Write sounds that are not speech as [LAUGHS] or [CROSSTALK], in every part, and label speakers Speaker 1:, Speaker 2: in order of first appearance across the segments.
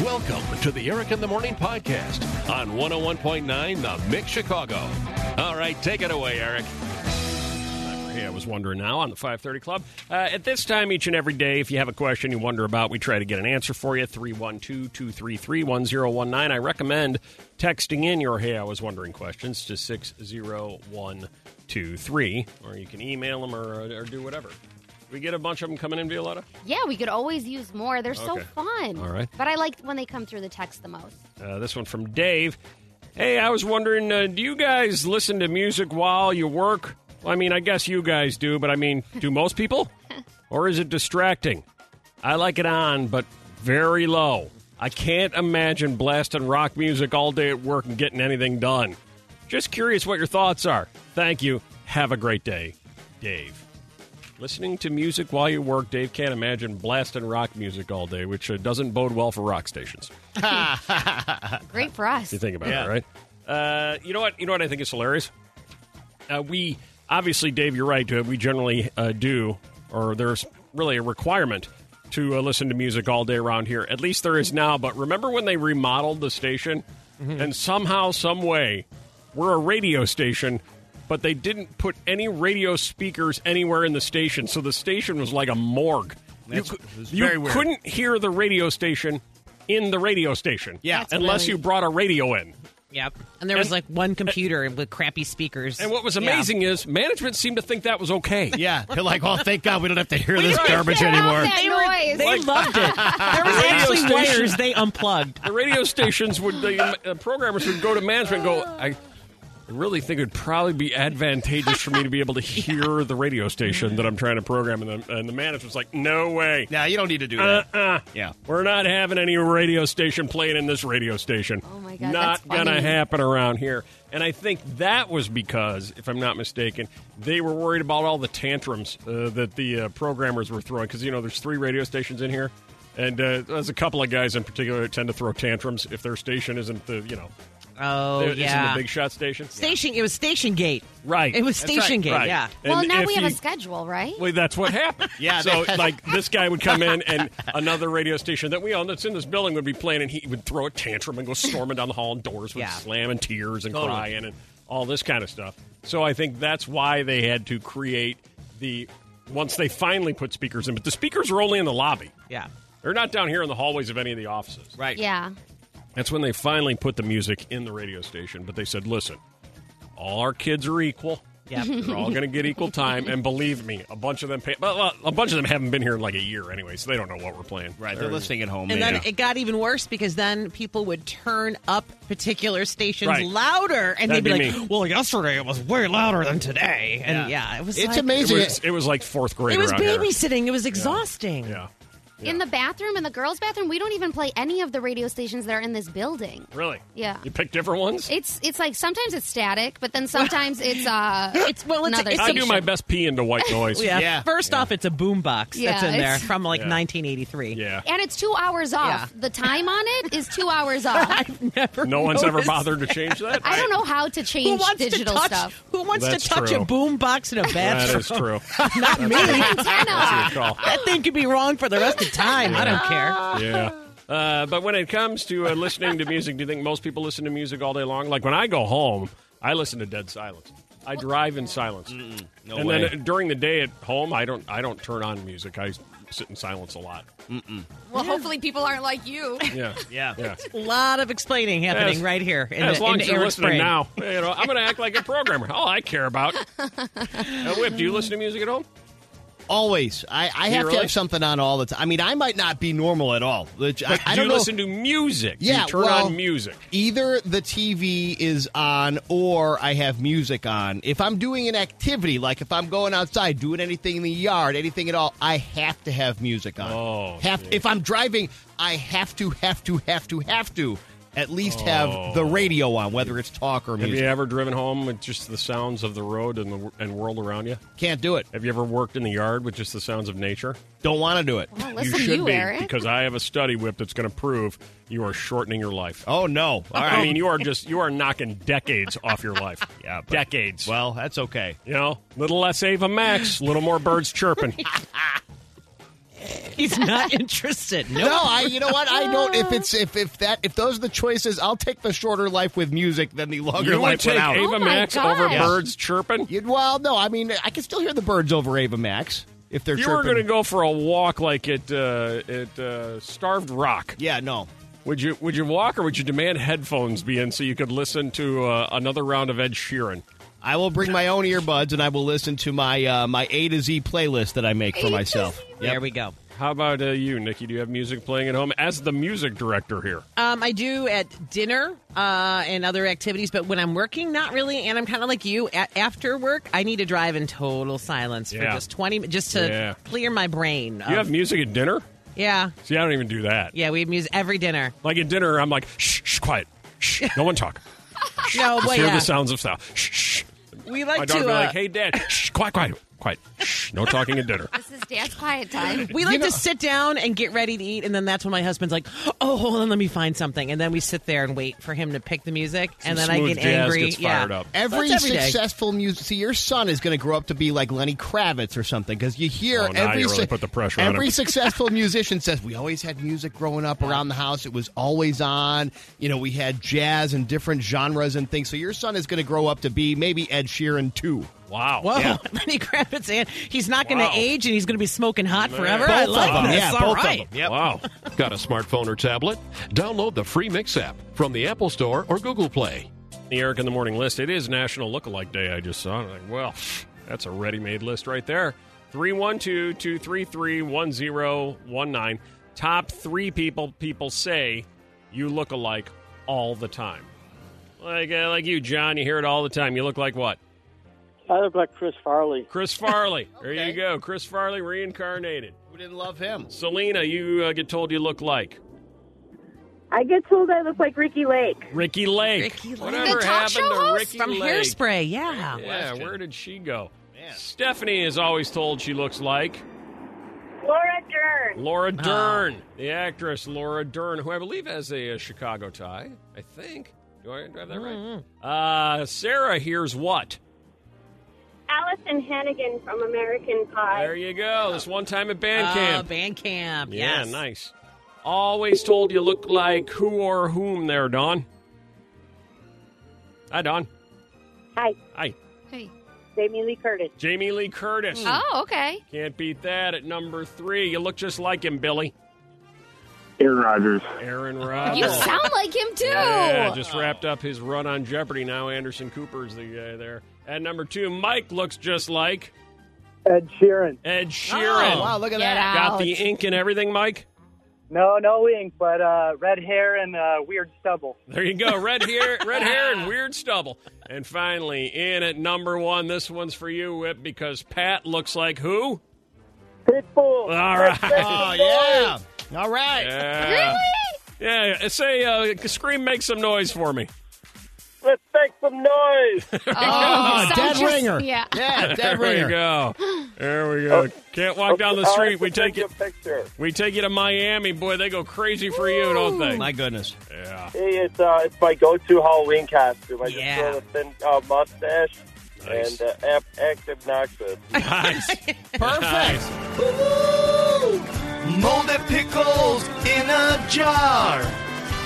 Speaker 1: Welcome to the Eric in the Morning podcast on 101.9 The Mix Chicago. All right, take it away, Eric. Hey, I was wondering now on the 530 Club. Uh, at this time each and every day, if you have a question you wonder about, we try to get an answer for you. 312-233-1019. I recommend texting in your Hey, I was wondering questions to 60123, or you can email them or, or do whatever. We get a bunch of them coming in, Violetta?
Speaker 2: Yeah, we could always use more. They're so
Speaker 1: Okay.
Speaker 2: fun.
Speaker 1: All right.
Speaker 2: But I like when they come through the text the most.
Speaker 1: Uh, this one from Dave. Hey, I was wondering, uh, do you guys listen to music while you work? Well, I mean, I guess you guys do, but I mean, do most people? Or is it distracting? I like it on, but very low. I can't imagine blasting rock music all day at work and getting anything done. Just curious what your thoughts are. Thank you. Have a great day, Dave. Listening to music while you work, Dave can't imagine blasting rock music all day, which uh, doesn't bode well for rock stations.
Speaker 2: Great for us.
Speaker 1: You think about
Speaker 3: Yeah.
Speaker 1: it, right? Uh, you know what? You know what I think is hilarious. Uh, we obviously, Dave, you're right. Uh, we generally uh, do, or there's really a requirement to uh, listen to music all day around here. At least there is now. But remember when they remodeled the station, and somehow, some way, we're a radio station. But they didn't put any radio speakers anywhere in the station, so the station was like a morgue.
Speaker 3: That's-
Speaker 1: you cou-
Speaker 3: it was
Speaker 1: you
Speaker 3: very weird.
Speaker 1: couldn't hear the radio station in the radio station.
Speaker 3: Yeah. That's
Speaker 1: unless you
Speaker 2: really-
Speaker 1: brought a radio in.
Speaker 4: Yep. And there was like one computer with crappy speakers.
Speaker 1: And what was
Speaker 4: Yeah.
Speaker 1: amazing is management seemed to think that was okay.
Speaker 3: Yeah, they're like, well, thank God we don't have to hear this
Speaker 1: don't
Speaker 3: garbage
Speaker 2: care about
Speaker 3: anymore.
Speaker 2: that.
Speaker 4: They, were,
Speaker 2: Noise.
Speaker 4: they
Speaker 1: Like- [LAUGHS]
Speaker 4: loved it. There was actually
Speaker 1: Radio station.
Speaker 4: wires they unplugged.
Speaker 1: The radio stations would, the uh, programmers would go to management and go, I really think it would probably be advantageous for me to be
Speaker 3: [LAUGHS]
Speaker 1: able to hear the radio station that I'm trying to program. And the, and the management's like, no way.
Speaker 3: Yeah, you don't need to do that.
Speaker 1: Uh-uh.
Speaker 3: Yeah.
Speaker 1: We're not having any radio station playing in this radio station.
Speaker 2: Oh my
Speaker 1: Not
Speaker 2: God, that's funny.
Speaker 1: gonna happen around here. And I think that was because, if I'm not mistaken, they were worried about all the tantrums uh, that the uh, programmers were throwing. Because you know, there's three radio stations in here, and uh, there's a couple of guys in particular that tend to throw tantrums if their station isn't the you know
Speaker 4: Oh,
Speaker 1: isn't
Speaker 4: yeah.
Speaker 1: the big shot station.
Speaker 4: Station. It was Station Gate.
Speaker 1: Right.
Speaker 4: It was
Speaker 1: That's
Speaker 4: Station Gate.
Speaker 1: Right.
Speaker 4: Yeah.
Speaker 1: And
Speaker 2: well, now
Speaker 1: if
Speaker 2: we have
Speaker 1: you-
Speaker 2: a schedule, right?
Speaker 1: well, that's what happened.
Speaker 3: [LAUGHS] Yeah,
Speaker 1: So,
Speaker 3: that-
Speaker 1: like, this guy would come in, and another radio station that we own that's in this building would be playing, and he would throw a tantrum and go storming down the hall, and doors would
Speaker 4: Yeah.
Speaker 1: slam, and tears, and
Speaker 3: Totally.
Speaker 1: crying, and all this kind of stuff. So, I think that's why they had to create the. Once they finally put speakers in, but the speakers are only in the lobby.
Speaker 4: Yeah.
Speaker 1: They're not down here in the hallways of any of the offices.
Speaker 3: Right.
Speaker 2: yeah.
Speaker 1: That's when they finally put the music in the radio station, but they said, listen, all our kids are equal. [LAUGHS]
Speaker 4: Yep.
Speaker 1: They're all going to get equal time, and believe me, a bunch of them. Pay, well, well, a bunch of them haven't been here in like a year anyway, so they don't know what we're playing.
Speaker 3: Right. They're listening at home.
Speaker 4: And
Speaker 3: maybe.
Speaker 4: then it got even worse because then people would turn up particular stations
Speaker 1: Right.
Speaker 4: louder, and
Speaker 1: That'd
Speaker 4: they'd
Speaker 1: be
Speaker 4: be, like,
Speaker 1: me.
Speaker 4: "Well, yesterday it was way louder than today." And yeah, it was.
Speaker 3: It's
Speaker 4: like-
Speaker 1: It
Speaker 3: amazing.
Speaker 1: was, it was like fourth grade.
Speaker 4: It was
Speaker 1: around here.
Speaker 4: babysitting. It was exhausting.
Speaker 1: Yeah.
Speaker 2: In the bathroom, in the girls' bathroom, we don't even play any of the radio stations that are in this building.
Speaker 1: Really?
Speaker 2: Yeah.
Speaker 1: You pick different ones.
Speaker 2: It's it's like sometimes it's static, but then sometimes
Speaker 1: [LAUGHS]
Speaker 2: it's uh
Speaker 4: It's well, it's,
Speaker 2: Another
Speaker 4: it's
Speaker 1: I
Speaker 4: a-
Speaker 1: do my best pee into white noise.
Speaker 4: [LAUGHS] Yeah.
Speaker 3: Yeah.
Speaker 4: First off, it's a boombox
Speaker 2: Yeah,
Speaker 4: that's in there
Speaker 2: it's-
Speaker 4: from like
Speaker 1: Yeah.
Speaker 4: 1983.
Speaker 1: Yeah.
Speaker 2: and it's two hours off.
Speaker 4: Yeah.
Speaker 2: The time on it is
Speaker 1: [LAUGHS]
Speaker 2: two hours off.
Speaker 4: I've never.
Speaker 1: No one's ever
Speaker 4: noticed.
Speaker 1: bothered to change that.
Speaker 2: I don't know how to
Speaker 4: Who
Speaker 2: change
Speaker 4: wants
Speaker 2: digital
Speaker 4: to touch?
Speaker 2: stuff.
Speaker 4: Who wants
Speaker 1: That's
Speaker 4: to touch
Speaker 1: true.
Speaker 4: a boombox in a
Speaker 1: That
Speaker 4: bathroom?
Speaker 1: is true.
Speaker 4: [LAUGHS] Not me.
Speaker 1: That's a good call.
Speaker 4: that thing could be wrong for the rest of time. I don't care.
Speaker 1: yeah. Uh, but when it comes to uh, listening to music, do you think most people listen to music all day long? Like when I go home, I listen to dead silence. I drive in silence.
Speaker 3: no
Speaker 1: and
Speaker 3: way.
Speaker 1: then uh, during the day at home, I don't I don't turn on music. I sit in silence a lot.
Speaker 5: Well, hopefully people aren't like you.
Speaker 1: Yeah.
Speaker 3: Yeah.
Speaker 1: Yeah.
Speaker 4: A lot of explaining happening
Speaker 1: As-
Speaker 4: right here in
Speaker 1: As
Speaker 4: the,
Speaker 1: long
Speaker 4: in
Speaker 1: as
Speaker 4: the
Speaker 1: you're
Speaker 4: Eric's
Speaker 1: listening
Speaker 4: brain.
Speaker 1: now, you know, I'm going to act like a programmer. All I care
Speaker 3: [LAUGHS]
Speaker 1: about. Uh, Whip, do you listen to music at home?
Speaker 3: Always. I, I have
Speaker 1: really?
Speaker 3: to have something on all the time. I mean, I might not be normal at all. Which I, I
Speaker 1: do
Speaker 3: don't
Speaker 1: you
Speaker 3: know.
Speaker 1: listen to music? Do
Speaker 3: Yeah,
Speaker 1: you turn
Speaker 3: well-
Speaker 1: on music.
Speaker 3: Either the TV is on or I have music on. If I'm doing an activity, like if I'm going outside, doing anything in the yard, anything at all, I have to have music on.
Speaker 1: Oh,
Speaker 3: have if I'm driving, I have to, have to, have to, have to at least have
Speaker 1: Oh.
Speaker 3: the radio on, whether it's talk or
Speaker 1: Have
Speaker 3: music.
Speaker 1: you ever driven home with just the sounds of the road and the and world around you?
Speaker 3: Can't do it.
Speaker 1: Have you ever worked in the yard with just the sounds of nature?
Speaker 3: Don't want to do it.
Speaker 2: Well, listen
Speaker 1: you
Speaker 2: to
Speaker 1: should
Speaker 2: you,
Speaker 1: be
Speaker 2: Eric.
Speaker 1: because I have a study whip that's going to prove you are shortening your life. [LAUGHS]
Speaker 3: Oh no! All right.
Speaker 1: I mean, you are just you are knocking decades off your life.
Speaker 3: Yeah, but-
Speaker 1: decades.
Speaker 3: well, that's okay.
Speaker 1: [LAUGHS] you know, little less Ava Max, little more birds chirping.
Speaker 4: He's not [LAUGHS] interested. Nope.
Speaker 3: No, I. You know what? I don't. If it's if if that if those are the choices, I'll take the shorter life with music than the longer
Speaker 1: You would
Speaker 3: life
Speaker 1: take
Speaker 3: without.
Speaker 1: Ava
Speaker 2: Oh my
Speaker 1: Max
Speaker 2: gosh.
Speaker 1: over
Speaker 2: Yeah.
Speaker 1: birds chirping?
Speaker 3: You'd- well, no. I mean, I can still hear the birds over Ava Max if they're
Speaker 1: You
Speaker 3: chirping.
Speaker 1: were going to go for a walk like at uh, at uh, Starved Rock.
Speaker 3: Yeah, no.
Speaker 1: Would you would you walk or would you demand headphones be in so you could listen to uh, another round of Ed Sheeran?
Speaker 3: I will bring my own earbuds and I will listen to my uh, my A to Z playlist that I make for myself.
Speaker 4: There we go.
Speaker 1: How about uh, you, Nikki? Do you have music playing at home as the music director here?
Speaker 4: Um, I do at dinner uh, and other activities, but when I'm working, not really. And I'm kind of like you. A- after work, I need to drive in total silence for
Speaker 1: Yeah.
Speaker 4: just 20 mi- just to
Speaker 1: Yeah.
Speaker 4: clear my brain.
Speaker 1: You
Speaker 4: of-
Speaker 1: have music at dinner?
Speaker 4: yeah.
Speaker 1: See, I don't even do that.
Speaker 4: Um, Yeah, we have music every dinner.
Speaker 1: [LAUGHS] Like at dinner, I'm like, shh, shh, quiet, shh, no one talk.
Speaker 4: No,
Speaker 1: Just
Speaker 4: but
Speaker 1: hear
Speaker 4: yeah.
Speaker 1: the sounds of sound. Shh, shh.
Speaker 4: We
Speaker 1: My
Speaker 4: like to.
Speaker 1: daughter be
Speaker 4: uh,
Speaker 1: like, hey, dad, shh, quiet, quiet, quiet. Shh, no talking at
Speaker 4: [LAUGHS]
Speaker 1: dinner.
Speaker 2: This is dad's quiet
Speaker 1: [LAUGHS]
Speaker 2: time.
Speaker 4: We like to sit down and get ready to eat, and then that's when my husband's like, "Oh, hold on, let me find something," and then we sit there and wait for him to pick the music, and then I
Speaker 1: smooth
Speaker 4: get
Speaker 1: jazz
Speaker 4: angry.
Speaker 1: gets fired
Speaker 4: yeah,
Speaker 1: up.
Speaker 4: So
Speaker 3: Every,
Speaker 4: it's every day.
Speaker 3: successful music. See, your son is going to grow up to be like Lenny Kravitz or something because you hear
Speaker 1: Oh, now
Speaker 3: every
Speaker 1: you really
Speaker 3: su-
Speaker 1: put the pressure on
Speaker 3: every
Speaker 1: him. [LAUGHS]
Speaker 3: successful musician says we always had music growing up around the house. It was always on. You know, we had jazz and different genres and things. So your son is going to grow up to be maybe Ed Sheeran too.
Speaker 1: Wow.
Speaker 4: Whoa, [LAUGHS]
Speaker 1: Yeah.
Speaker 4: Lenny Kravitz, and he's not going to
Speaker 1: Wow.
Speaker 4: age, and he's going to be smoking hot forever.
Speaker 1: Both
Speaker 4: I
Speaker 1: of
Speaker 4: like
Speaker 1: them.
Speaker 4: this.
Speaker 3: Yeah,
Speaker 4: All
Speaker 3: both of
Speaker 4: right.
Speaker 3: them. Yep.
Speaker 1: Wow.
Speaker 6: Got a smartphone or tablet? Download the free Mix app from the Apple Store or Google Play.
Speaker 1: The Eric in the Morning list. It is National Lookalike Day. I just saw. it. I'm like, well, that's a ready-made list right there. 312-233-1019. Top three people people say you look alike all the time. Like uh, like you, John. You hear it all the time. You look like what?
Speaker 7: I look like Chris Farley.
Speaker 1: Chris
Speaker 4: [LAUGHS]
Speaker 1: Farley. There
Speaker 3: Okay.
Speaker 1: you go. Chris Farley reincarnated.
Speaker 3: Who didn't love him?
Speaker 1: Selena, you uh, get told you look like
Speaker 8: I get told I look like Ricky Lake.
Speaker 1: Ricky Lake.
Speaker 4: Ricky Lake.
Speaker 1: Whatever
Speaker 2: The talk
Speaker 1: happened
Speaker 2: show
Speaker 1: to
Speaker 2: host
Speaker 1: Ricky
Speaker 4: From
Speaker 1: Lake?
Speaker 4: hairspray, yeah.
Speaker 1: Yeah,
Speaker 3: Question.
Speaker 1: where did she go?
Speaker 3: Man.
Speaker 1: Stephanie is always told she looks like
Speaker 8: Laura Dern.
Speaker 1: Laura
Speaker 4: Oh.
Speaker 1: Dern, the actress Laura Dern, who I believe has a, uh, Chicago tie. I think. Do I, do I have that
Speaker 4: Mm-hmm.
Speaker 1: right? Uh, Sarah hears what?
Speaker 8: Allison Hannigan from American
Speaker 1: There
Speaker 8: Pie.
Speaker 1: you go. This one time at band
Speaker 4: Oh,
Speaker 1: camp.
Speaker 4: band camp.
Speaker 1: yeah,
Speaker 4: yes.
Speaker 1: nice. Always told you look like who or whom there, Don. Hi, Don.
Speaker 8: Hi,
Speaker 1: Hi.
Speaker 2: Hey.
Speaker 8: Jamie Lee Curtis.
Speaker 1: Jamie Lee Curtis.
Speaker 2: Oh, okay.
Speaker 1: Can't beat that at number three. You look just like him, Billy.
Speaker 7: Aaron Rodgers.
Speaker 1: Aaron Rodgers.
Speaker 2: You sound like him too.
Speaker 1: Yeah, just wrapped up his run on Jeopardy. Now Anderson Cooper's the guy there. At number two, Mike looks just like
Speaker 7: Ed Sheeran.
Speaker 1: Ed Sheeran.
Speaker 3: Oh, wow, look at
Speaker 2: Get
Speaker 3: that.
Speaker 1: Got
Speaker 2: out.
Speaker 1: the ink and everything, Mike.
Speaker 7: No, no ink, but uh, red hair and uh, weird stubble.
Speaker 1: There you go. Red hair, red hair, and weird stubble. And finally, in at number one, this one's for you, Whip, because Pat looks like who?
Speaker 7: Pitbull. All
Speaker 1: right.
Speaker 3: Oh, yeah. All right.
Speaker 1: Yeah. Really? Yeah. Say, uh, scream, make some noise for me.
Speaker 7: Let's make some noise.
Speaker 2: Oh, sounds
Speaker 3: dead
Speaker 2: just-
Speaker 3: ringer.
Speaker 2: Yeah.
Speaker 3: [LAUGHS] Yeah,
Speaker 1: There
Speaker 3: dead ringer.
Speaker 1: we go. There we go. Can't walk [LAUGHS] down the
Speaker 7: I'll
Speaker 1: street.
Speaker 7: have
Speaker 1: We
Speaker 7: to
Speaker 1: take
Speaker 7: take
Speaker 1: it.
Speaker 7: a picture.
Speaker 1: We take you to Miami, boy. They go crazy for you, don't they?
Speaker 3: My goodness.
Speaker 1: yeah.
Speaker 7: Hey, it's uh, it's my go-to Halloween costume. I
Speaker 4: Yeah.
Speaker 7: just grow a thin uh, mustache
Speaker 1: Nice.
Speaker 7: and uh, ap- act obnoxious.
Speaker 1: Nice.
Speaker 3: Perfect.
Speaker 9: Molded pickles in a jar.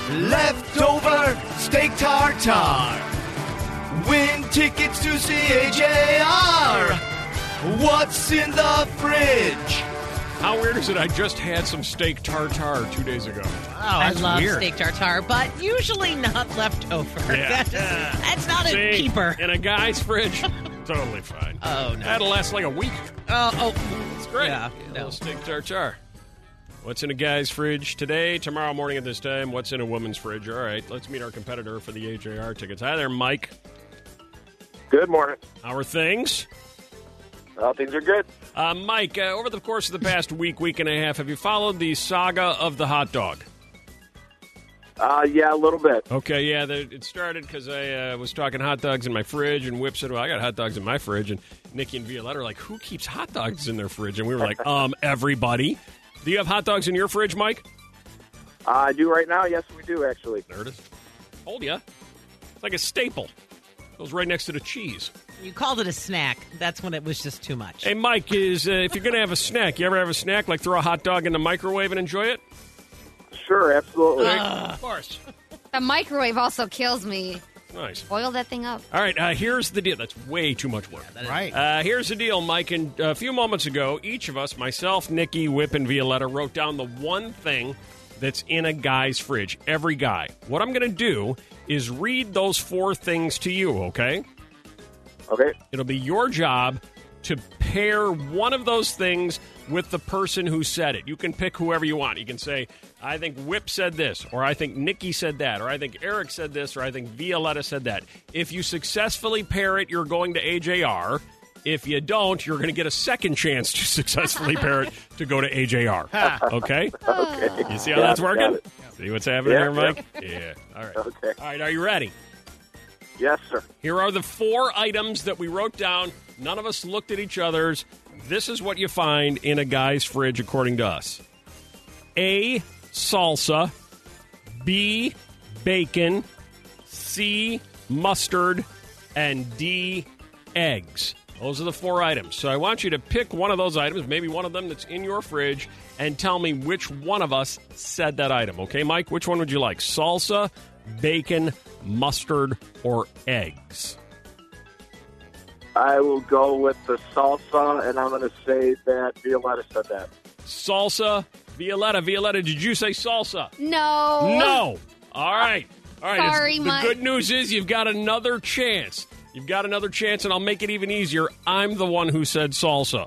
Speaker 9: Leftover steak tartare. Win tickets to CAJR. What's in the fridge?
Speaker 1: [LAUGHS] How weird is it? I just had some steak tartare two days ago.
Speaker 3: Wow,
Speaker 4: Oh, I
Speaker 3: that's
Speaker 4: love
Speaker 3: weird.
Speaker 4: steak tartare, but usually not leftover.
Speaker 1: Yeah.
Speaker 4: That's, [LAUGHS] that's not a
Speaker 1: See?
Speaker 4: keeper.
Speaker 1: In a guy's fridge. [LAUGHS] totally fine.
Speaker 4: Oh, no.
Speaker 1: That'll last like a week.
Speaker 4: Oh, oh,
Speaker 1: It's great.
Speaker 4: Yeah,
Speaker 1: A
Speaker 4: no.
Speaker 1: little steak tartare. What's in a guy's fridge today, tomorrow morning at this time? What's in a woman's fridge? All right, let's meet our competitor for the AJR tickets. Hi there, Mike.
Speaker 7: Good morning.
Speaker 1: How are things?
Speaker 7: Uh, things are good.
Speaker 1: Uh, Mike, uh, over the course of the past week, week and a half, have you followed the saga of the hot dog?
Speaker 7: Uh, yeah, a little bit.
Speaker 1: Okay, yeah, the, it started because I uh, was talking hot dogs in my fridge, and Whip said, "Well, I got hot dogs in my fridge." And Nikki and Violetta are like, "Who keeps hot dogs in their fridge?" And we were like, "Um, everybody." Do you have hot dogs in your fridge, Mike?
Speaker 7: Uh, I do right now. Yes, we do actually.
Speaker 1: There it is. Told ya. It's like a staple. Goes right next to the cheese.
Speaker 4: You called it a snack. That's when it was just too much.
Speaker 1: Hey, Mike, is uh, if you're going to have a snack, you ever have a snack like throw a hot dog in the microwave and enjoy it?
Speaker 10: Sure, absolutely.
Speaker 1: Of course.
Speaker 2: The microwave also kills me.
Speaker 1: Nice.
Speaker 2: Boil that thing up.
Speaker 1: All right, uh, here's the deal. That's way too much work.
Speaker 3: Right.
Speaker 1: Uh, here's the deal, Mike. And uh, a few moments ago, each of us, myself, Nikki, Whip, and Violetta, wrote down the one thing that's in a guy's fridge. Every guy. What I'm going to do is read those four things to you, okay?
Speaker 10: Okay.
Speaker 1: It'll be your job to pair one of those things with the person who said it. You can pick whoever you want. You can say, I think Whip said this, or I think Nikki said that, or I think Eric said this, or I think Violetta said that. If you successfully pair it, you're going to AJR. If you don't, you're going to get a second chance to [LAUGHS] successfully pair it to go to
Speaker 10: [LAUGHS]
Speaker 1: AJR. okay?
Speaker 10: Okay.
Speaker 1: You see how that's working? See what's happening
Speaker 10: Yeah,
Speaker 1: here, Mike? Yeah. All right. All
Speaker 10: Okay.
Speaker 1: right. Are you ready?
Speaker 10: Yes, sir.
Speaker 1: Here are the four items that we wrote down. None of us looked at each other's. This is what you find in a guy's fridge, according to us A, salsa, B, bacon, C, mustard, and D, eggs. Those are the four items. So I want you to pick one of those items, maybe one of them that's in your fridge, and tell me which one of us said that item. Okay, Mike, which one would you like? Salsa, bacon, mustard, or eggs?
Speaker 10: I will go with the salsa, and I'm going to say that Violetta said that.
Speaker 1: Salsa, Violetta. Violetta, did you say salsa?
Speaker 2: No.
Speaker 1: No. All right. All right. It's-
Speaker 2: Sorry,
Speaker 1: the
Speaker 2: Mike.
Speaker 1: good news is you've got another chance. You've got another chance, and I'll make it even easier. I'm the one who said salsa.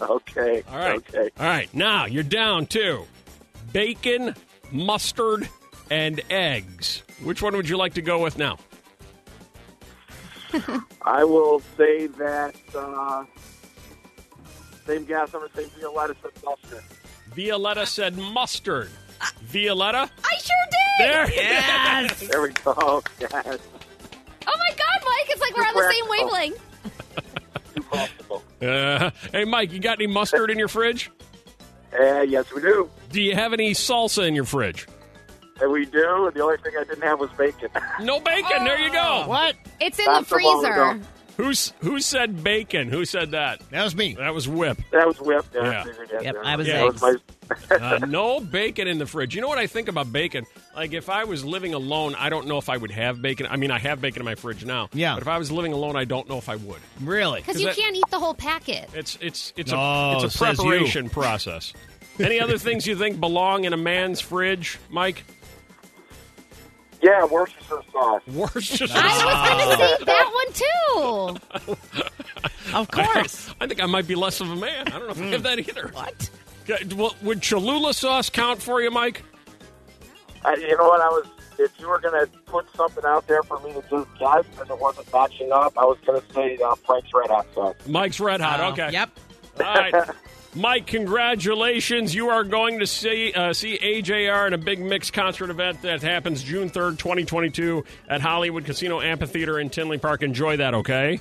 Speaker 10: Okay.
Speaker 1: All right.
Speaker 10: Okay.
Speaker 1: All right. Now you're down to bacon, mustard, and eggs. Which one would you like to go with now?
Speaker 10: I will say that uh, same gas. I'm going to say Violetta said salsa.
Speaker 1: Violetta said mustard. Violetta?
Speaker 5: I sure did.
Speaker 1: There.
Speaker 4: Yes.
Speaker 10: There we go. [LAUGHS] Yes.
Speaker 5: Oh my God, Mike! It's like we're on the same
Speaker 10: Practical.
Speaker 5: wavelength.
Speaker 10: Too possible.
Speaker 1: Uh, [LAUGHS] hey, Mike, you got any mustard in your fridge?
Speaker 10: Uh, yes, we do.
Speaker 1: Do you have any salsa in your fridge?
Speaker 10: And we do. And the only thing I didn't have was bacon. [LAUGHS]
Speaker 1: No bacon. There you go.
Speaker 3: Oh. What?
Speaker 2: It's in
Speaker 10: That's
Speaker 2: the
Speaker 10: the one we
Speaker 2: freezer.
Speaker 10: don't.
Speaker 1: Who's who said bacon? Who said that?
Speaker 3: That was me.
Speaker 1: That was Whip.
Speaker 10: that was whipped. Yeah,
Speaker 1: Yeah.
Speaker 10: I figured that
Speaker 4: Yep,
Speaker 10: there.
Speaker 4: I was
Speaker 10: That was
Speaker 4: eggs.
Speaker 10: my-
Speaker 1: Uh, no bacon in the fridge. You know what I think about bacon? Like if I was living alone, I don't know if I would have bacon. I mean, I have bacon in my fridge now.
Speaker 3: Yeah.
Speaker 1: But if I was living alone, I don't know if I would.
Speaker 3: Really?
Speaker 2: Because
Speaker 1: Is
Speaker 2: you
Speaker 1: that-
Speaker 2: can't eat the whole packet.
Speaker 1: It's it's it's
Speaker 3: No,
Speaker 1: a it's a
Speaker 3: Oh, says you.
Speaker 1: preparation process. Any other things you think belong in a man's fridge, Mike?
Speaker 10: yeah, Worcestershire sauce.
Speaker 1: Worcestershire.
Speaker 2: I was
Speaker 1: Ah.
Speaker 2: going to say that one too.
Speaker 4: Of course.
Speaker 1: [LAUGHS] I think I might be less of a man. I don't know if I have that either. What? Well, would Cholula sauce count for you, Mike?
Speaker 10: I, you know what? I was. If you were going to put something out there for me to just guess and it wasn't matching up, I was going to say uh, Frank's Red Hot Sauce.
Speaker 1: Mike's red hot.
Speaker 4: Oh,
Speaker 1: okay.
Speaker 4: Yep.
Speaker 1: All right. Mike, congratulations. You are going to see uh, see AJR in a big mix concert event that happens June 3rd, 2022 at Hollywood Casino Amphitheater in Tinley Park. Enjoy that, okay?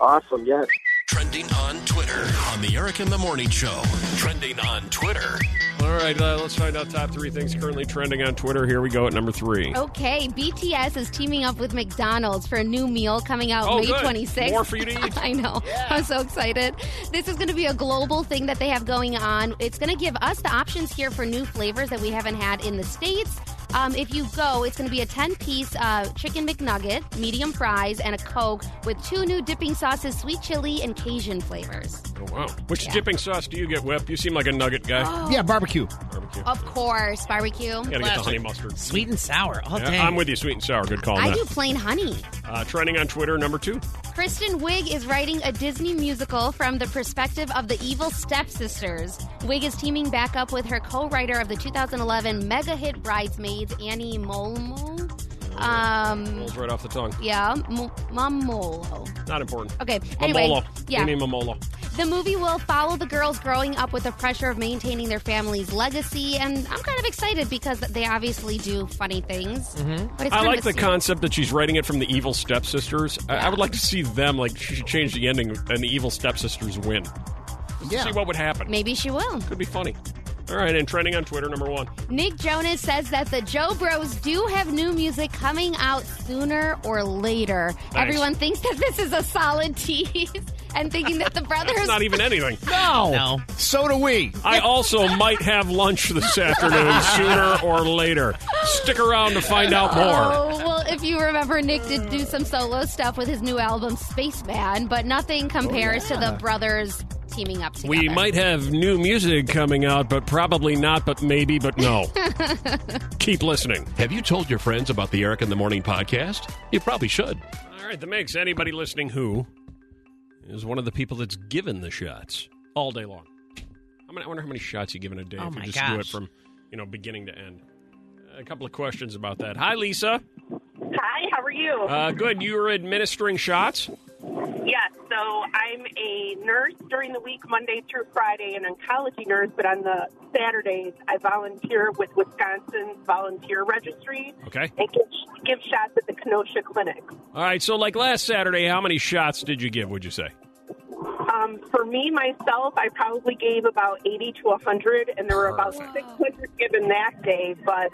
Speaker 10: Awesome. Yes.
Speaker 6: Trending on Twitter on the Eric in the Morning Show. Trending on Twitter.
Speaker 1: All right, uh, let's find out top three things currently trending on Twitter. Here we go at number three.
Speaker 2: Okay, BTS is teaming up with McDonald's for a new meal coming out
Speaker 1: Oh,
Speaker 2: May
Speaker 1: good.
Speaker 2: 26th.
Speaker 1: More for you
Speaker 2: [LAUGHS]
Speaker 1: to eat.
Speaker 2: I know. I'm so excited. This is going to be a global thing that they have going on. It's going to give us the options here for new flavors that we haven't had in the States. Um, if you go, it's going to be a 10 piece uh, chicken McNugget, medium fries, and a Coke with two new dipping sauces sweet chili and Cajun flavors.
Speaker 1: Oh, wow. Which dipping sauce do you get, Whip? You seem like a nugget
Speaker 2: Oh,
Speaker 1: guy.
Speaker 3: Yeah, barbecue.
Speaker 1: Barbecue.
Speaker 2: Of course, barbecue.
Speaker 1: Gotta get the honey mustard.
Speaker 4: Sweet and sour all day.
Speaker 1: Yeah, I'm with you, sweet and sour. Good call. on
Speaker 2: I
Speaker 1: that.
Speaker 2: do plain honey.
Speaker 1: Uh, trending on Twitter, number two.
Speaker 2: Kristen Wiig is writing a Disney musical from the perspective of the evil stepsisters. Wiig is teaming back up with her co-writer of the 2011 mega hit Bridesmaids, Annie Molmo. Um,
Speaker 1: Rolls right off the tongue.
Speaker 2: yeah, M- Momolo.
Speaker 1: Not important.
Speaker 2: Okay. Anyway,
Speaker 1: Mamolo.
Speaker 2: yeah.
Speaker 1: Amy Mamolo.
Speaker 2: The movie will follow the girls growing up with the pressure of maintaining their family's legacy, and I'm kind of excited because they obviously do funny things. Mm-hmm. But it's
Speaker 1: I
Speaker 2: fun
Speaker 1: like
Speaker 2: to
Speaker 1: the
Speaker 2: see.
Speaker 1: concept that she's writing it from the evil stepsisters. I, I would like to see them like she should change the ending and the evil stepsisters win. Just to
Speaker 3: Yeah.
Speaker 1: See what would happen.
Speaker 2: Maybe she will.
Speaker 1: Could be funny. All right, and trending on Twitter, number one.
Speaker 2: Nick Jonas says that the Joe Bros do have new music coming out sooner or later.
Speaker 1: Nice.
Speaker 2: Everyone thinks that this is a solid [LAUGHS] tease and thinking
Speaker 1: [LAUGHS]
Speaker 2: that the brothers.
Speaker 1: It's not even anything.
Speaker 3: No. So do we.
Speaker 1: I also might have lunch this afternoon, sooner or later. Stick around to find out more.
Speaker 2: Oh, well, if you remember, Nick did do some solo stuff with his new album, Spaceman, but nothing compares to the brothers teaming up together.
Speaker 1: Oh, We might have new music coming out, but probably not, but maybe, but
Speaker 6: [LAUGHS]
Speaker 1: no. Keep listening.
Speaker 6: Have you told your friends about the Eric in the Morning podcast? You probably should.
Speaker 1: All right, the mix. Anybody listening who is one of the people that's given the shots all day long. How many, I wonder how many shots you give in a day
Speaker 4: Oh
Speaker 1: if you
Speaker 4: my
Speaker 1: just do it
Speaker 4: gosh.
Speaker 1: from you know beginning to end. A couple of questions about that. Hi, Lisa.
Speaker 11: Hi, how are you?
Speaker 1: Uh, good. You were administering shots.
Speaker 11: yes, so I'm a nurse during the week, Monday through Friday, an oncology nurse, but on the Saturdays, I volunteer with Wisconsin's Volunteer Registry
Speaker 1: Okay.
Speaker 11: and give, give shots at the Kenosha Clinic.
Speaker 1: All right. So, like last Saturday, how many shots did you give? Would you say?
Speaker 11: Um, for me, myself, I probably gave about 80 to 100, and there were about 600 given that day, but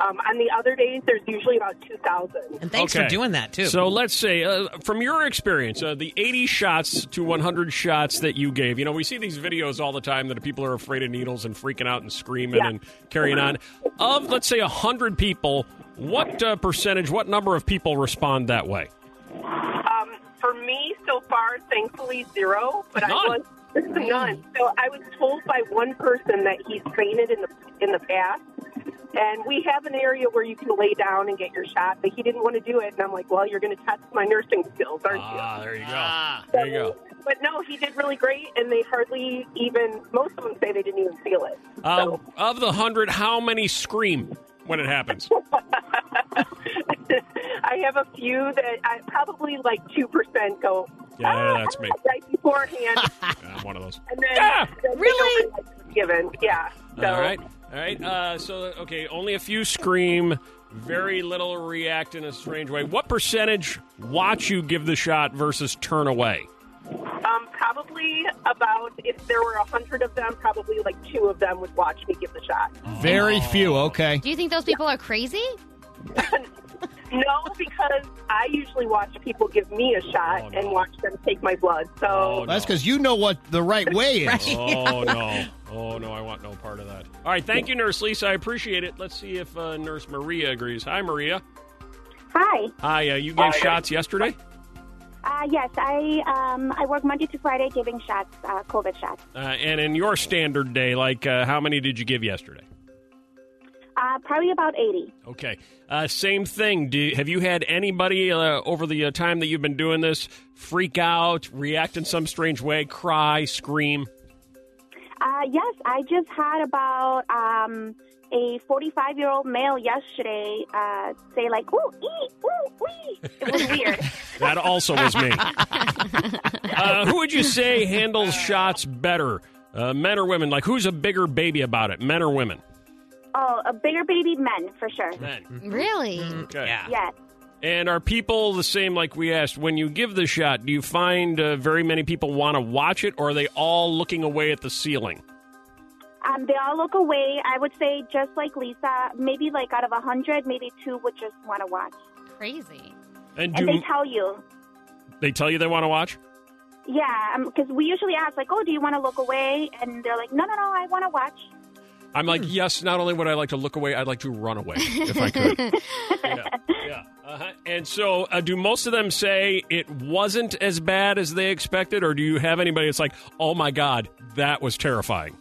Speaker 11: um, on the other days, there's usually about 2,000.
Speaker 4: And thanks
Speaker 1: Okay.
Speaker 4: for doing that too.
Speaker 1: So let's say, uh, from your experience, uh, the 80 shots to 100 shots that you gave, you know, we see these videos all the time that people are afraid of needles and freaking out and screaming
Speaker 11: Yeah.
Speaker 1: and carrying on. Of, let's say, 100 people, what uh, percentage, what number of people respond that way?
Speaker 11: Um, for me, so far, thankfully zero. But I
Speaker 1: None.
Speaker 11: was [LAUGHS] none. So I was told by one person that he's fainted in the in the past, and we have an area where you can lay down and get your shot. But he didn't want to do it, and I'm like, well, you're going to test my nursing skills, aren't
Speaker 1: Ah, there you go.
Speaker 3: Ah.
Speaker 1: There you go.
Speaker 11: you? But no, he did really great, and they hardly even most of them say they didn't even feel it.
Speaker 1: Uh, of the 100, how many scream when it happens?
Speaker 11: [LAUGHS] I have a few that I probably like two percent go. "Ah,
Speaker 1: Yeah, that's me.
Speaker 11: Right beforehand,
Speaker 1: [LAUGHS] I'm Uh, one of those.
Speaker 11: and then
Speaker 1: Yeah,
Speaker 11: then they
Speaker 4: really?
Speaker 11: don't like given. Yeah. So,
Speaker 1: All right. All right. Uh, so, okay, only a few scream, very little react in a strange way. What percentage watch you give the shot versus turn away?
Speaker 11: Um, probably about if there were a hundred of them, probably like two of them would watch me give the shot.
Speaker 3: Very few. Okay.
Speaker 2: Do you think those people are crazy?
Speaker 11: No, because I usually watch people give me a shot
Speaker 1: Oh, no.
Speaker 11: and watch them take my blood.
Speaker 1: Oh,
Speaker 11: So
Speaker 1: no.
Speaker 3: That's because you know what the right
Speaker 1: [LAUGHS]
Speaker 3: way is.
Speaker 1: Oh, no. Oh, no, I want no part of that. All right. Thank you, Nurse Lisa. I appreciate it. Let's see if uh, Nurse Maria agrees. Hi, Maria.
Speaker 8: Hi.
Speaker 1: Hi. Uh, you gave
Speaker 10: Hi.
Speaker 1: shots yesterday?
Speaker 8: Uh, yes, I um, I work Monday to Friday giving shots, uh, COVID shots.
Speaker 1: Uh, and in your standard day, like, uh, how many did you give yesterday?
Speaker 8: Uh, probably about 80.
Speaker 1: Okay. Uh, same thing. Do, have you had anybody uh, over the uh, time that you've been doing this freak out, react in some strange way, cry, scream?
Speaker 8: Uh, yes, I just had about um, a 45 year old male yesterday uh, say, like, ooh, ee, ooh, wee. It was weird.
Speaker 1: That also was me. uh, who would you say handles shots better, uh, men or women? Like, who's a bigger baby about it, men or women?
Speaker 8: oh, a bigger baby men, for sure.
Speaker 1: Men.
Speaker 2: Really?
Speaker 1: Okay.
Speaker 4: yeah.
Speaker 8: Yes.
Speaker 1: And are people the same, like we asked, when you give the shot, do you find uh, very many people want to watch it, or are they all looking away at the ceiling?
Speaker 8: Um, they all look away. I would say, just like Lisa, maybe like out of a 100, maybe two would just want to watch.
Speaker 2: Crazy.
Speaker 1: And do
Speaker 8: And they tell you.
Speaker 1: they tell you they want to watch?
Speaker 8: Yeah, because we usually ask, like, oh, do you want to look away? And they're like, no, no, no, I want to watch.
Speaker 1: I'm like, yes, not only would I like to look away, I'd like to run away if I could. yeah. yeah. Uh-huh. And so, uh, do most of them say it wasn't as bad as they expected, or do you have anybody that's like, oh my God, that was terrifying?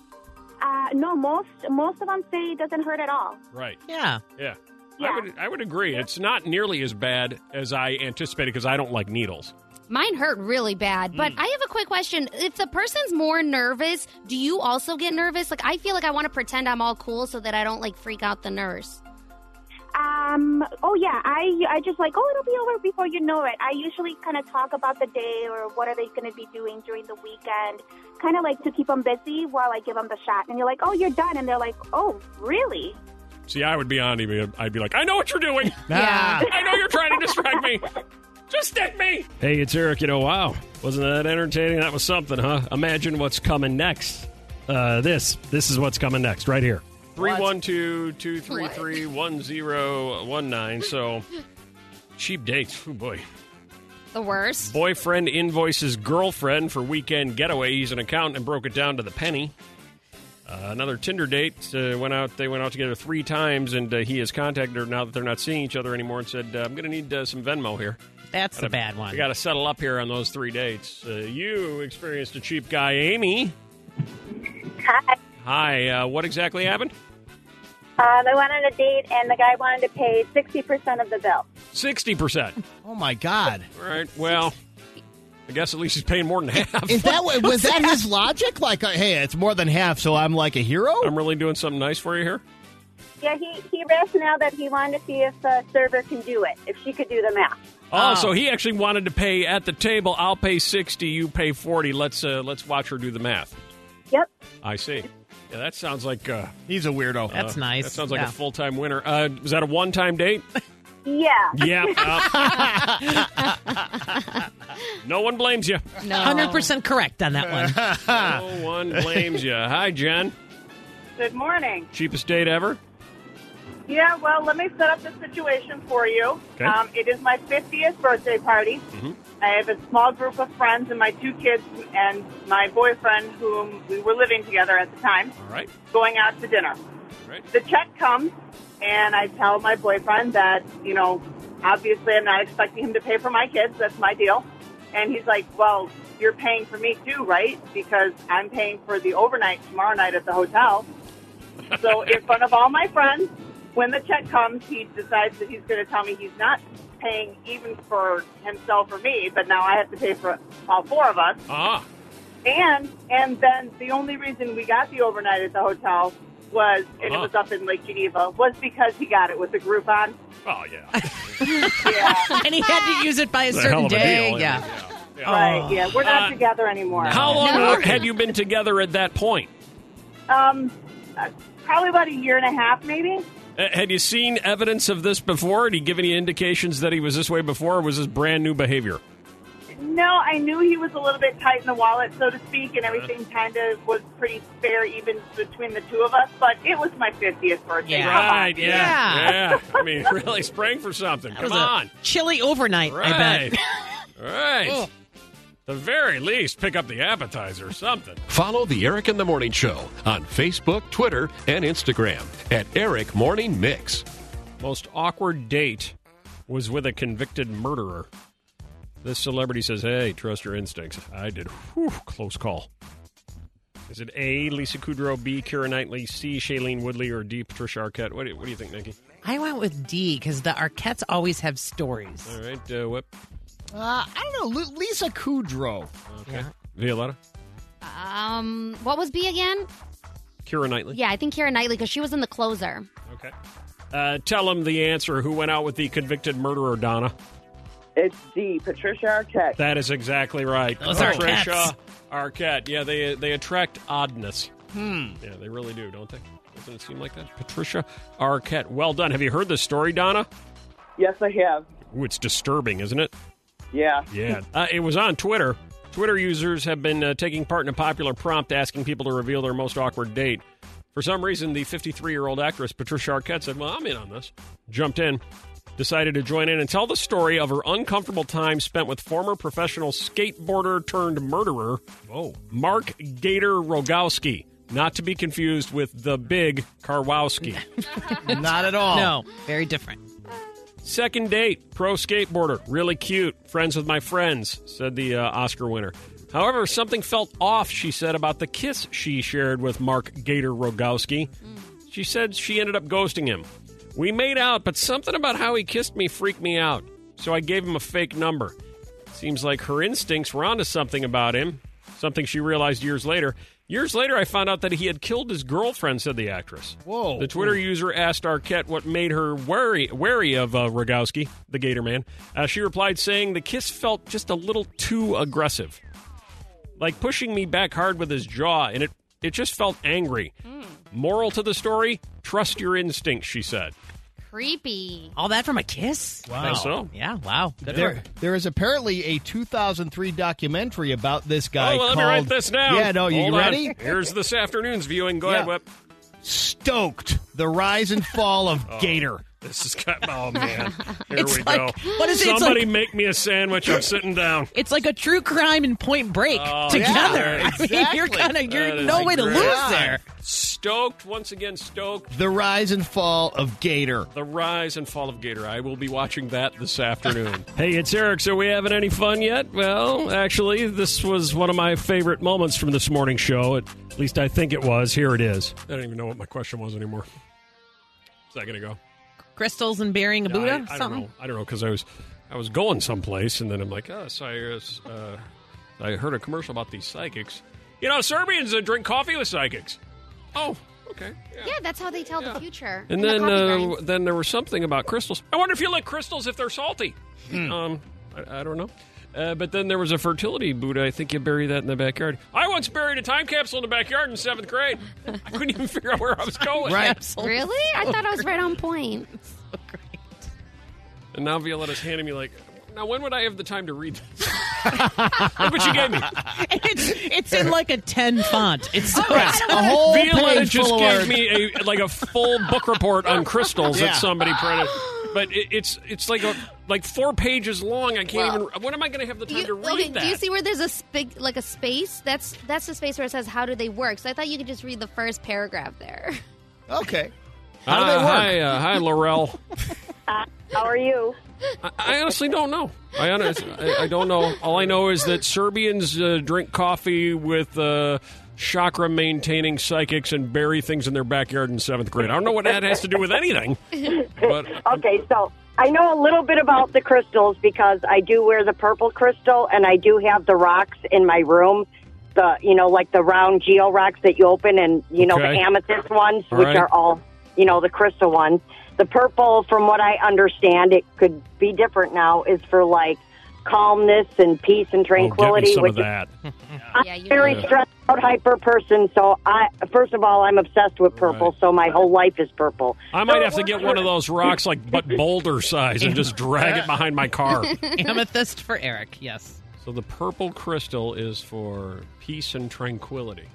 Speaker 8: Uh, no, most most of them say it doesn't hurt at all.
Speaker 1: Right.
Speaker 4: Yeah.
Speaker 1: Yeah.
Speaker 8: Yeah.
Speaker 1: I would, I would agree. It's not nearly as bad as I anticipated because I don't like needles.
Speaker 2: Mine hurt really bad, but I have a quick question. If the person's more nervous, do you also get nervous? Like, I feel like I want to pretend I'm all cool so that I don't like freak out the nurse.
Speaker 8: Um, oh yeah, I I just like, oh, it'll be over before you know it. I usually kind of talk about the day or what are they going to be doing during the weekend, kind of like to keep them busy while I give them the shot. And you're like, oh, you're done, and they're like, oh, really?
Speaker 1: See, I would be on even. I'd be like, I know what you're doing.
Speaker 3: Ah.
Speaker 1: I know you're trying to distract me. Just stick me. Hey, it's Eric. You know, wow. Wasn't that entertaining? That was something, huh? Imagine what's coming next
Speaker 12: Uh, this this is what's coming next, right here.
Speaker 1: 312 233 1019. So, cheap dates. Oh, boy.
Speaker 2: The worst.
Speaker 1: Boyfriend invoices girlfriend for weekend getaway. He's an accountant and broke it down to the penny. Uh, another Tinder date uh, went out. They went out together three times, and uh, he has contacted her now that they're not seeing each other anymore, and said, uh, "I'm going to need uh, some Venmo here."
Speaker 4: That's
Speaker 1: Gotta-
Speaker 4: the bad one.
Speaker 1: We got to settle up here on those three dates. Uh, you experienced a cheap guy, Amy. Hi. Hi. Uh, what exactly happened?
Speaker 13: Uh, they went on a date, and the guy wanted to pay 60% of the bill.
Speaker 1: Sixty percent.
Speaker 3: Oh my God!
Speaker 1: All right. Well, I guess at least he's paying more than
Speaker 3: [LAUGHS]
Speaker 1: half.
Speaker 3: Is that what- was that his logic? Like, uh, hey, it's more than half, so I'm like a hero.
Speaker 1: I'm really doing something nice for you here.
Speaker 13: Yeah, he, he rationale that he wanted to see if the server can do it, if she could do the math.
Speaker 1: Oh, so he actually wanted to pay at the table. I'll pay sixty. You pay forty. Let's uh, let's watch her do the math.
Speaker 13: Yep.
Speaker 1: I see. Yeah, that sounds like uh,
Speaker 3: he's a weirdo.
Speaker 4: That's nice.
Speaker 1: That sounds like
Speaker 4: Yeah.
Speaker 1: a full time winner. Uh, was that a one time
Speaker 4: [LAUGHS]
Speaker 1: date?
Speaker 13: Yeah.
Speaker 1: yeah. uh, no one blames you.
Speaker 4: Hundred percent correct on that
Speaker 1: [LAUGHS]
Speaker 4: one.
Speaker 1: no one blames you. Hi, Jen.
Speaker 14: Good morning.
Speaker 1: Cheapest date ever.
Speaker 14: Yeah, well, let me set up the situation for you.
Speaker 1: Okay.
Speaker 14: Um, it is my 50th birthday party.
Speaker 1: Mhm.
Speaker 14: I have a small group of friends and my two kids and my boyfriend, whom we were living together at the time,
Speaker 1: All right.
Speaker 14: going out to dinner.
Speaker 1: Right.
Speaker 14: The check comes, and I tell my boyfriend that, you know, obviously I'm not expecting him to pay for my kids. That's my deal. And he's like, well, you're paying for me too, right? Because I'm paying for the overnight tomorrow night at the hotel. So in front of all my friends, when the check comes, he decides that he's going to tell me he's not paying even for himself or me, but now I have to pay for all four of us.
Speaker 1: Ah.
Speaker 14: And and then the only reason we got the overnight at the hotel was, and
Speaker 1: Uh-huh.
Speaker 14: it was up in Lake Geneva, was because he got it with a Groupon.
Speaker 1: Oh
Speaker 4: [LAUGHS]
Speaker 1: yeah.
Speaker 4: and he had to use it by a
Speaker 1: It's a hell
Speaker 4: certain
Speaker 1: of a
Speaker 4: day.
Speaker 1: deal,
Speaker 4: yeah.
Speaker 14: Right? Yeah, we're
Speaker 1: Uh,
Speaker 14: not together anymore.
Speaker 1: How long had you been together at that point?
Speaker 14: Um, uh, probably about a year and a half, maybe.
Speaker 1: Uh, had you seen evidence of this before? Had he given you indications that he was this way before, or was this brand new behavior?
Speaker 14: No, I knew he was a little bit tight in the wallet, so to speak, and everything kind of was pretty fair even between the two of us. But it was my 50th birthday. Come on.
Speaker 1: Right, yeah. Yeah. I mean, [LAUGHS] really sprang for something.
Speaker 4: That
Speaker 1: Come
Speaker 4: was a
Speaker 1: on.
Speaker 4: Chilly overnight, I bet. Oh.
Speaker 1: Right.
Speaker 4: [LAUGHS]
Speaker 1: All right. The very least, pick up the appetizer or something.
Speaker 6: Follow the Eric in the Morning Show on Facebook, Twitter, and Instagram at Eric Morning Mix.
Speaker 1: Most awkward date was with a convicted murderer. This celebrity says, Hey, trust your instincts. I did. Whew, close call. Is it A, Lisa Kudrow, B, Kira Knightley, C, Shailene Woodley, or D, Patricia Arquette? What do you, what do you think, Nikki?
Speaker 4: I went with D because the Arquettes always have stories.
Speaker 1: All right, uh, Whip.
Speaker 3: Uh, I don't know. Lu- Lisa Kudrow.
Speaker 1: Okay. Violetta?
Speaker 2: Um, what was B again?
Speaker 1: Kira Knightley?
Speaker 2: Yeah, I think Karen Knightley because she was in the closer.
Speaker 1: Okay. Uh, tell him the answer who went out with the convicted murderer, Donna.
Speaker 15: It's D, Patricia Arquette.
Speaker 1: That is exactly right.
Speaker 15: Those are
Speaker 1: Patricia
Speaker 15: cats.
Speaker 1: Arquette. Yeah, they they attract oddness.
Speaker 15: Hmm.
Speaker 1: Yeah, they really do, don't they? Doesn't it seem like that? Patricia Arquette. Well done. Have you heard this story, Donna?
Speaker 15: Yes, I have.
Speaker 1: Ooh, it's disturbing, isn't it?
Speaker 15: Yeah.
Speaker 1: Yeah. [LAUGHS] Uh, it was on Twitter. Twitter users have been uh, taking part in a popular prompt asking people to reveal their most awkward date. For some reason, the 53 year old actress Patricia Arquette said, Well, I'm in on this. Jumped in, decided to join in and tell the story of her uncomfortable time spent with former professional skateboarder turned murderer, oh. Mark Gator Rogowski. Not to be confused with the big Karwowski.
Speaker 3: Not at
Speaker 1: Oh.
Speaker 3: all.
Speaker 4: No, very different.
Speaker 1: Second date, pro skateboarder, really cute, friends with my friends, said the uh, Oscar winner. However, something felt off, she said, about the kiss she shared with Mark Gator Rogowski. She said she ended up ghosting him. We made out, but something about how he kissed me freaked me out, so I gave him a fake number. Seems like her instincts were onto something about him, something she realized years later. Years later, I found out that he had killed his girlfriend, said the actress.
Speaker 3: Whoa.
Speaker 1: The Twitter user asked Arquette what made her wary, wary of uh, Rogowski, the Gator Man. Uh, she replied, saying the kiss felt just a little too aggressive, like pushing me back hard with his jaw, and it
Speaker 3: Hmm.
Speaker 1: it just felt angry. Moral to the story: trust your instincts, she said.
Speaker 2: creepy.
Speaker 4: All that from a kiss?
Speaker 3: Wow. Think so.
Speaker 4: Yeah, wow. Good for
Speaker 3: There,
Speaker 4: her.
Speaker 3: there is apparently a 2003 documentary about this guy.
Speaker 1: oh, well, let
Speaker 3: called,
Speaker 1: me write this now.
Speaker 3: Yeah, no, you
Speaker 1: Hold on.
Speaker 3: ready?
Speaker 1: Here's this afternoon's viewing. Go
Speaker 3: Yeah.
Speaker 1: ahead, Whip.
Speaker 3: Stoked: The Rise and Fall of
Speaker 1: [LAUGHS] Oh,
Speaker 3: Gator.
Speaker 1: This is got.
Speaker 3: [LAUGHS]
Speaker 1: Oh man, here
Speaker 4: It's
Speaker 1: we
Speaker 4: like-
Speaker 1: go.
Speaker 4: what is it? It's
Speaker 1: Somebody
Speaker 4: like-
Speaker 1: make me a sandwich. I'm sitting down.
Speaker 4: It's like a true crime and point break [LAUGHS]
Speaker 1: Oh,
Speaker 4: together.
Speaker 1: yeah,
Speaker 4: I mean, you're kind of,
Speaker 1: That
Speaker 4: you're
Speaker 1: is
Speaker 4: no way to
Speaker 1: great.
Speaker 4: lose there.
Speaker 1: Stoked once again. Stoked.
Speaker 3: The Rise and Fall of Gator.
Speaker 1: The rise and fall of Gator. I will be watching that this afternoon. [LAUGHS] hey, it's Eric. So, we having any fun yet? Well, actually, this was one of my favorite moments from this morning show. At least I think it was. Here it is. I don't even know what my question was anymore. Is that going to go?
Speaker 4: Crystals and burying a
Speaker 1: Yeah,
Speaker 4: Buddha?
Speaker 1: I, I don't
Speaker 4: something?
Speaker 1: know.
Speaker 4: [LAUGHS]
Speaker 1: I don't know because I was I was going someplace and then I'm like, oh, so I, was, uh, I heard a commercial about these psychics. You know, Serbians uh, drink coffee with psychics. Oh, okay. Yeah,
Speaker 2: that's how they tell the future.
Speaker 1: And
Speaker 2: in the
Speaker 1: then
Speaker 2: coffee
Speaker 1: uh,
Speaker 2: grinds.
Speaker 1: w- then there was something about crystals. I wonder if you like crystals if they're salty. Um, I, I don't know. Uh, but then there was a fertility Buddha. I think you bury that in the backyard. I once buried a time capsule in the backyard in seventh grade. I couldn't even [LAUGHS] figure out where I was going.
Speaker 2: Really? I thought I was right
Speaker 1: [LAUGHS]
Speaker 2: on point.
Speaker 1: And now Violetta's handing me like, now when would I have the time to read this? [LAUGHS] Look what you gave me.
Speaker 4: [LAUGHS] it's, it's in like a 10 font. It's so
Speaker 3: A
Speaker 4: [LAUGHS]
Speaker 3: whole
Speaker 1: Violetta
Speaker 3: page
Speaker 1: just
Speaker 3: full of
Speaker 1: gave
Speaker 3: words.
Speaker 1: me a like a full book report on crystals
Speaker 3: Yeah.
Speaker 1: that somebody printed. But it, it's it's like a, like four pages long. I can't even. When am I going to have the time
Speaker 2: You-
Speaker 1: to read
Speaker 2: okay,
Speaker 1: that?
Speaker 2: do you see where there's a spig, like a space? That's that's the space where it says how do they work. So I thought you could just read the first paragraph [LAUGHS] there.
Speaker 3: Okay.
Speaker 1: How
Speaker 3: do they work?
Speaker 1: Hi, uh, hi, Laurel.
Speaker 13: Uh, How are you?
Speaker 1: I, I honestly don't know. I, honest, I I don't know. All I know is that Serbians uh, drink coffee with uh, chakra maintaining psychics and bury things in their backyard in seventh grade. I don't know what that has to do with anything.
Speaker 13: [LAUGHS]
Speaker 1: But
Speaker 16: okay, so I know a little bit about the crystals because I do wear the purple crystal and I do have the rocks in my room. The you know like the round geo rocks that you open and you know
Speaker 17: Okay.
Speaker 16: the amethyst ones,
Speaker 17: All
Speaker 16: which
Speaker 17: right.
Speaker 16: are all you know the crystal ones. The purple, from what I understand, it could be different now. Is for like calmness and peace and tranquility,
Speaker 1: some
Speaker 16: which
Speaker 1: of that.
Speaker 16: is I'm a very
Speaker 1: need-
Speaker 16: stressed out hyper person. So I first of all, I'm obsessed with purple, so my whole life is purple.
Speaker 1: I might have to get one of those rocks, like but boulder size, and just drag it behind
Speaker 13: [LAUGHS]
Speaker 1: my car.
Speaker 4: [LAUGHS] Amethyst for Eric, yes.
Speaker 1: So the purple crystal is for peace and tranquility.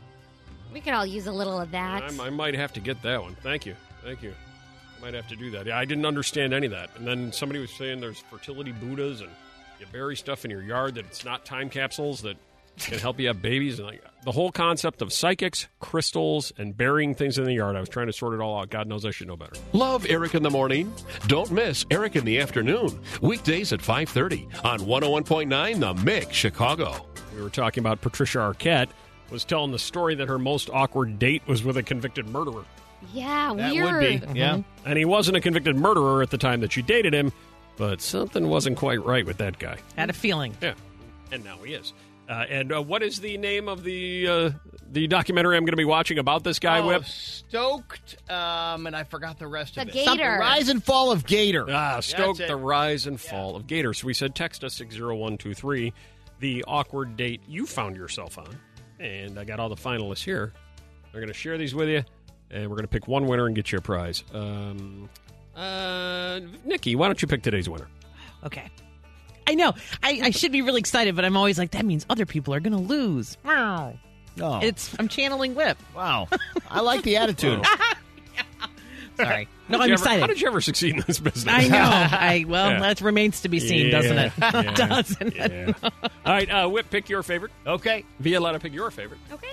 Speaker 2: We could all use a little of that.
Speaker 1: I'm, I might have to get that one. Thank you. Thank you. I might have to do that. Yeah, I didn't understand any of that. And then somebody was saying there's fertility Buddhas and you bury stuff in your yard that it's not time capsules that can help you have babies. And like the whole concept of psychics, crystals, and burying things in the yard. I was trying to sort it all out. God knows I should know better.
Speaker 6: Love Eric in the morning? Don't miss Eric in the afternoon, weekdays at 5:30 on 101.9 The Mix Chicago.
Speaker 1: We were talking about Patricia Arquette was telling the story that her most awkward date was with a convicted murderer.
Speaker 2: yeah,
Speaker 3: That
Speaker 2: weird. Mm-hmm.
Speaker 3: would be. Yeah.
Speaker 1: And he wasn't a convicted murderer at the time that she dated him, but something wasn't quite right with that guy.
Speaker 4: Had a feeling.
Speaker 1: Yeah. And now he is. Uh, and uh, what is the name of the uh, the documentary I'm going to be watching about this guy,
Speaker 3: Oh,
Speaker 1: Whip?
Speaker 3: Stoked, um, and I forgot the rest of
Speaker 2: The
Speaker 3: it.
Speaker 2: Gator.
Speaker 3: Something- Rise and Fall of Gator.
Speaker 1: Ah, Stoke,
Speaker 3: That's it.
Speaker 1: the rise and fall of Gator. So we said text us 60123, the awkward date you found yourself on. And I got all the finalists here. They're going to share these with you, and we're going to pick one winner and get you a prize. Um, uh, Nikki, why don't you pick today's winner?
Speaker 4: Okay. I know. I, I should be really excited, but I'm always like, that means other people are going to lose. Wow.
Speaker 3: Oh.
Speaker 4: It's I'm channeling Whip.
Speaker 3: Wow. I like
Speaker 2: [LAUGHS]
Speaker 3: the attitude.
Speaker 1: [LAUGHS]
Speaker 4: Sorry. No,
Speaker 1: How did you
Speaker 4: I'm
Speaker 1: ever-
Speaker 4: excited.
Speaker 1: How did you ever succeed in this business? [LAUGHS]
Speaker 4: I know. I well,
Speaker 1: Yeah.
Speaker 4: that remains to be seen,
Speaker 1: Yeah.
Speaker 4: doesn't it?
Speaker 1: Yeah.
Speaker 4: [LAUGHS] doesn't it?
Speaker 1: All right, uh, Whip, pick your favorite.
Speaker 3: Okay.
Speaker 1: Violetta, pick your favorite.
Speaker 2: Okay.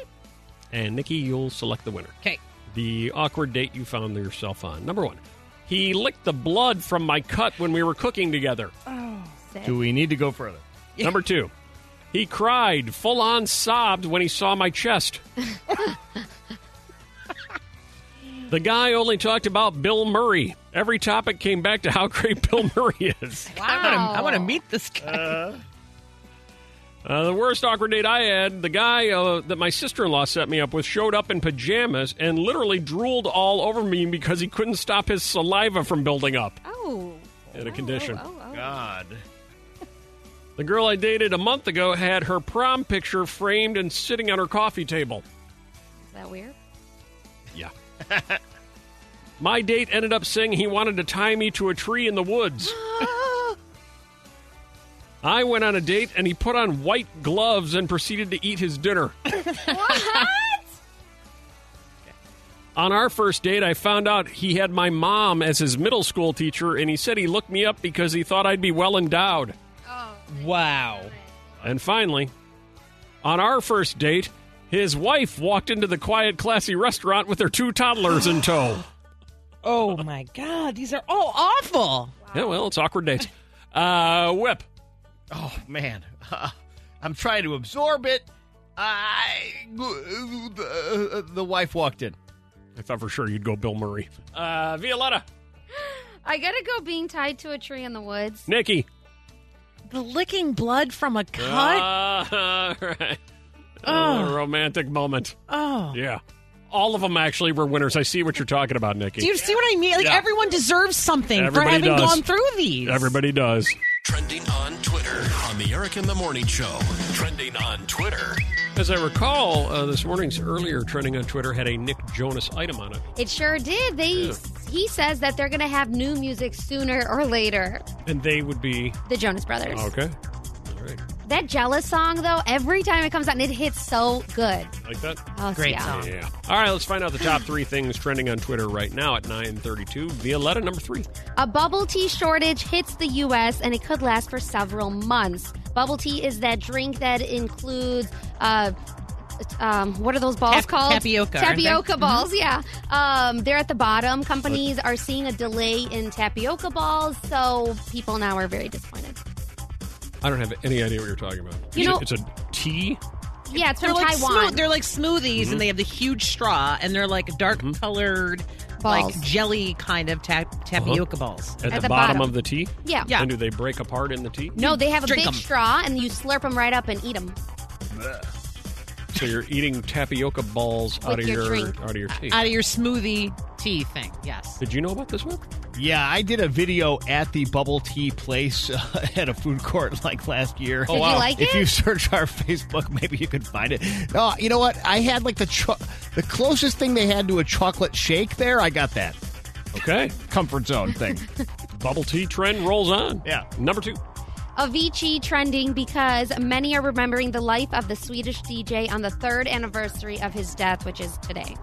Speaker 1: And Nikki, you'll select the winner.
Speaker 4: Okay.
Speaker 1: The awkward date you found yourself on. Number one, he licked the blood from my cut when we were cooking together.
Speaker 2: Oh, sick.
Speaker 3: Do we need to go further?
Speaker 1: Number two, he cried, full on sobbed when he saw my chest. the guy only talked about Bill Murray. Every topic came back to how great [LAUGHS] Bill Murray is.
Speaker 4: I want to. I want to meet this guy.
Speaker 1: Uh, the worst awkward date I had, the guy uh, that my sister in law set me up with showed up in pajamas and literally drooled all over me because he couldn't stop his saliva from building up
Speaker 2: Oh.
Speaker 1: in a condition.
Speaker 3: God.
Speaker 1: The girl I dated a month ago had her prom picture framed and sitting on her coffee table.
Speaker 2: Is that weird?
Speaker 1: Yeah. My date ended up saying he wanted to tie me to a tree in the woods. I went on a date and he put on white gloves and proceeded to eat his dinner. On our first date, I found out he had my mom as his middle school teacher, and he said he looked me up because he thought I'd be well endowed.
Speaker 4: Wow.
Speaker 1: And finally, on our first date, his wife walked into the quiet, classy restaurant with her two toddlers in [GASPS] tow.
Speaker 4: Oh my God, these are all awful.
Speaker 1: Yeah, well, it's awkward dates. Uh, whip.
Speaker 3: Oh man, [LAUGHS] Uh, I'm trying to absorb it. I the, the wife walked in.
Speaker 1: I thought for sure you'd go Bill Murray. Uh, Violetta.
Speaker 2: I gotta go being tied to a tree in the woods.
Speaker 1: Nikki.
Speaker 17: Licking blood from a cut.
Speaker 1: Ah, all [LAUGHS] right.
Speaker 17: Oh.
Speaker 1: A romantic moment.
Speaker 17: oh.
Speaker 1: Yeah. All of them actually were winners. I see what you're talking about, Nikki.
Speaker 4: Do you see what I mean? Like
Speaker 1: Yeah.
Speaker 4: everyone deserves something for
Speaker 1: Everybody
Speaker 4: having
Speaker 1: does.
Speaker 4: gone through these.
Speaker 1: Everybody does.
Speaker 6: Trending on Twitter on the Eric in the Morning Show. Trending on Twitter.
Speaker 1: As I recall, uh, this morning's earlier trending on Twitter had a Nick Jonas item on it.
Speaker 2: It sure did. They
Speaker 1: Yeah.
Speaker 2: he says that they're gonna have new music sooner or later.
Speaker 1: And they would be.
Speaker 2: The Jonas Brothers.
Speaker 1: Okay. All right.
Speaker 2: That jealous song though, every time it comes out, and it hits so good.
Speaker 1: Like that?
Speaker 2: Oh, Great yeah. song.
Speaker 1: Yeah. All right, let's find out the top three things trending on Twitter right now at 932. Violetta, number three.
Speaker 2: A bubble tea shortage hits the U.S. and it could last for several months. Bubble tea is that drink that includes. Uh, um, what are those balls
Speaker 4: Tap-
Speaker 2: called?
Speaker 4: tapioca, aren't they?
Speaker 2: Tapioca
Speaker 4: Mhm.
Speaker 2: balls, yeah. Um, they're at the bottom. Companies are seeing a delay in tapioca balls, so people now are very disappointed.
Speaker 1: I don't have any idea what you're talking about.
Speaker 2: You know-
Speaker 1: it's a tea?
Speaker 2: Yeah, it's
Speaker 4: They're
Speaker 2: from
Speaker 4: like
Speaker 2: Taiwan.
Speaker 4: smooth- they're like smoothies,
Speaker 1: Mhm.
Speaker 4: and they have the huge straw, and they're like dark
Speaker 1: Mm-hmm.
Speaker 4: colored,
Speaker 2: Balls.
Speaker 4: like jelly kind of tap-
Speaker 1: Uh-huh.
Speaker 4: tapioca balls.
Speaker 1: At, the, bottom, of the tea?
Speaker 2: Yeah.
Speaker 4: Yeah.
Speaker 1: And do they break apart in the tea?
Speaker 2: no, they have a
Speaker 4: Drink
Speaker 2: big
Speaker 4: 'em.
Speaker 2: straw, and you slurp them right up and eat them.
Speaker 1: So you're eating tapioca balls out of
Speaker 4: your
Speaker 1: your,
Speaker 4: drink.
Speaker 1: out of your tea.
Speaker 4: Out of your smoothie tea thing, yes.
Speaker 1: Did you know about this one?
Speaker 3: Yeah, I did a video at the bubble tea place uh, [LAUGHS] at a food court like last year.
Speaker 2: Did
Speaker 4: Oh,
Speaker 2: you wow. Oh, like
Speaker 3: if
Speaker 2: it?
Speaker 3: you search our [LAUGHS] Facebook, maybe you can find it. No, you know what? I had like the cho- the closest thing they had to a chocolate shake there. I got that
Speaker 1: Okay.
Speaker 3: comfort zone
Speaker 2: [LAUGHS]
Speaker 3: thing.
Speaker 1: Bubble tea trend rolls on. Yeah. Number two.
Speaker 2: Avicii trending because many are remembering the life of the Swedish DJ on the third anniversary of his death, which is today.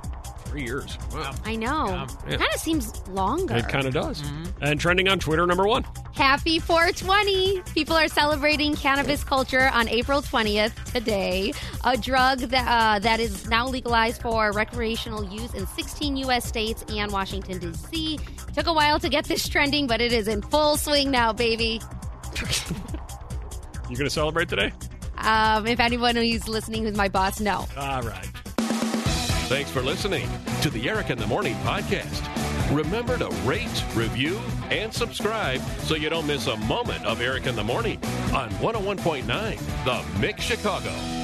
Speaker 1: Three years. Wow.
Speaker 2: I know.
Speaker 1: Yeah.
Speaker 2: Kind of seems longer.
Speaker 1: It kind of does. And trending on Twitter, number one.
Speaker 2: Happy 420! People are celebrating cannabis culture on April 20th today. A drug that uh, that is now legalized for recreational use in 16 U.S. states and Washington D.C. Took a while to get this trending, but it is in full swing now, baby.
Speaker 1: You going to celebrate today?
Speaker 2: Um, if anyone who's listening who's my boss, no.
Speaker 1: All right.
Speaker 6: Thanks for listening to the Eric in the Morning podcast. Remember to rate, review, and subscribe so
Speaker 1: oh
Speaker 6: you don't miss a moment of Eric in the Morning on 101.9 The Mix Chicago.